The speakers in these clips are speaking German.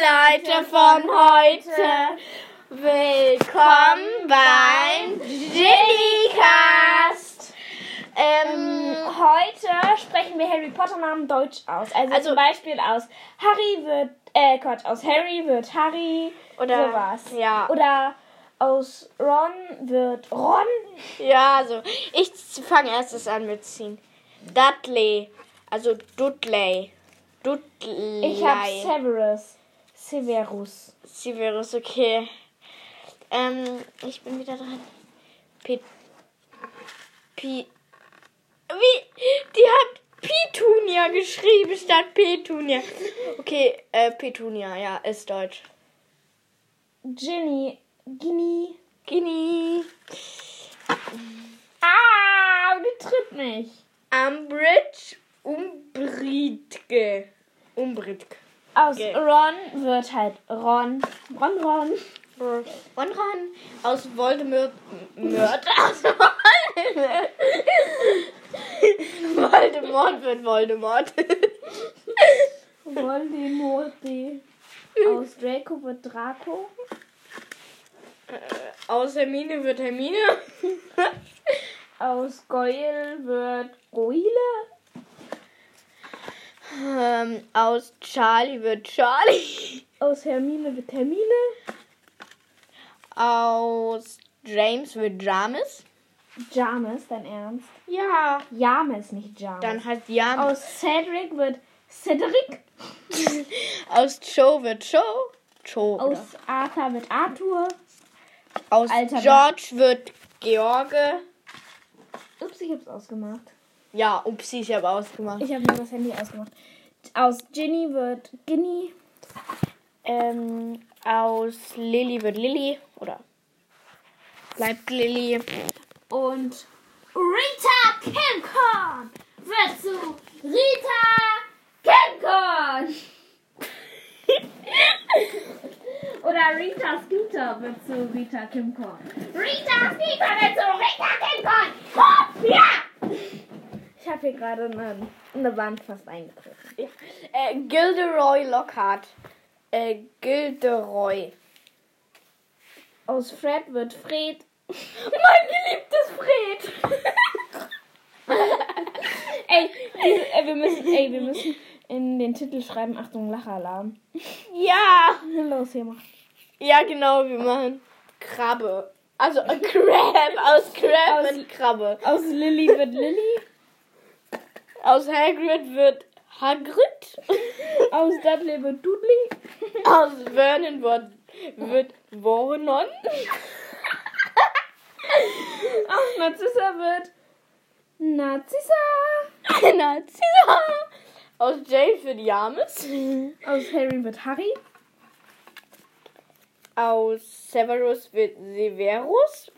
Leute von heute. Willkommen beim Jillycast. Ähm, heute sprechen wir Harry Potter Namen deutsch aus. Also, Also- zum Beispiel aus Harry wird, äh, Gott, aus Harry wird Harry. Oder- sowas. ja. Oder aus Ron wird Ron. Ja, also ich fange erstes an mit ziehen. Dudley. Also Dudley. Dudley. Ich habe Severus. Severus. Severus, okay. Ähm, ich bin wieder dran. Pit. Pi. Wie? Die hat Petunia geschrieben statt Petunia. Okay, äh, Petunia, ja, ist deutsch. Ginny. Ginny. Guinea. Ah, die tritt mich. Umbridge. Umbridge. Umbridge. Aus Okay. Ron wird halt Ron. Ron, Ron. Ron Ron aus Voldemort. Mörd, aus Voldemort. Voldemort wird Voldemort. Voldemort. Aus Draco wird Draco. Äh, aus Hermine wird Hermine. Aus Goyle wird Goyle. ähm, aus Charlie wird Charlie. Aus Hermine wird Hermine. Aus James wird James. James, dein Ernst? Ja. James, nicht James. Dann hat Jan. Aus, Aus Cedric wird Cedric. aus Joe wird Joe. Joe. oder? Aus Arthur wird Arthur. aus Alter, George wird George. Ups, ich hab's ausgemacht. Ja, upsi, ich habe ausgemacht. Ich habe nur das Handy ausgemacht. Aus Ginny wird Ginny. Ähm, aus Lilly wird Lilly oder bleibt Lilly. Und Rita Kimcorn wird zu Rita Kimcorn. Oder Rita Skeeter wird zu Rita Kimcorn. Rita Skeeter wird zu Rita Kimcorn. Hopp, ja! Ich habe hier gerade eine, eine Wand fast eingegriffen. Ja. Äh, Gilderoy Lockhart. Äh, Gilderoy. Aus Fred wird Fred. Mein geliebtes Fred. Ey, diese- ey, wir müssen, ey, wir müssen in den Titel schreiben, Achtung, Lachalarm. ja. Los, hier mach. Ja, genau, wir machen Krabbe. Also äh, Crab aus Crab Aus- wird Krabbe. Aus Lilly wird Lilly. Aus Hagrid wird Hagrid. Aus Dudley wird Dudley. aus Vernon wird, wird Vernon. Aus Narzissa wird Narzissa. Narzissa. Aus James wird James. Aus Harry wird Harry. Aus Severus wird Severus.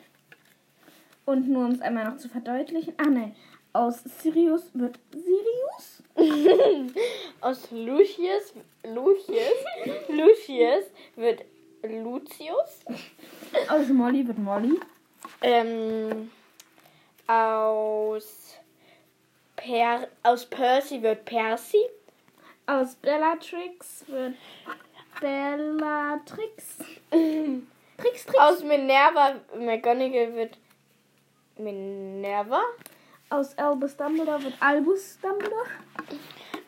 Und nur um es einmal noch zu verdeutlichen. Ah nein. Aus Sirius wird Sirius. Aus Lucius, Lucius, Lucius wird Lucius. Aus Molly wird Molly. Ähm, aus, per, aus Percy wird Percy. Aus Bellatrix wird Bellatrix. Trix, Trix. Aus Minerva McGonagall wird Minerva. Aus Albus Dumbledore wird Albus Dumbledore.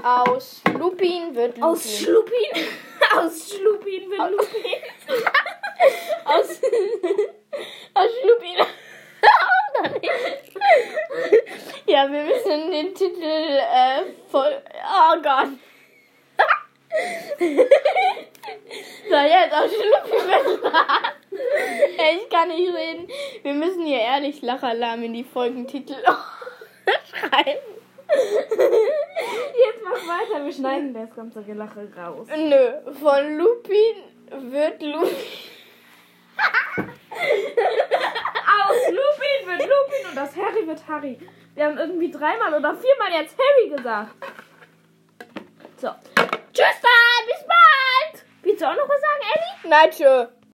Aus Lupin wird Lupin. Aus Schlupin. Aus Schlupin wird Lupin. aus, aus Lupin. ja, wir müssen den Titel äh, voll. Oh Gott. so, jetzt aus Lupin. Ey, ich kann nicht reden. Wir müssen hier ehrlich Lachalarm in die Folgentitel schreiben. Jetzt mach weiter, wir schneiden das ganze Gelache raus. Nö, von Lupin wird Lupin. Aus Lupin wird Lupin und aus Harry wird Harry. Wir haben irgendwie dreimal oder viermal jetzt Harry gesagt. So. Tschüss dann, bis bald! Willst du auch noch was sagen, Ellie? Nein, tschö.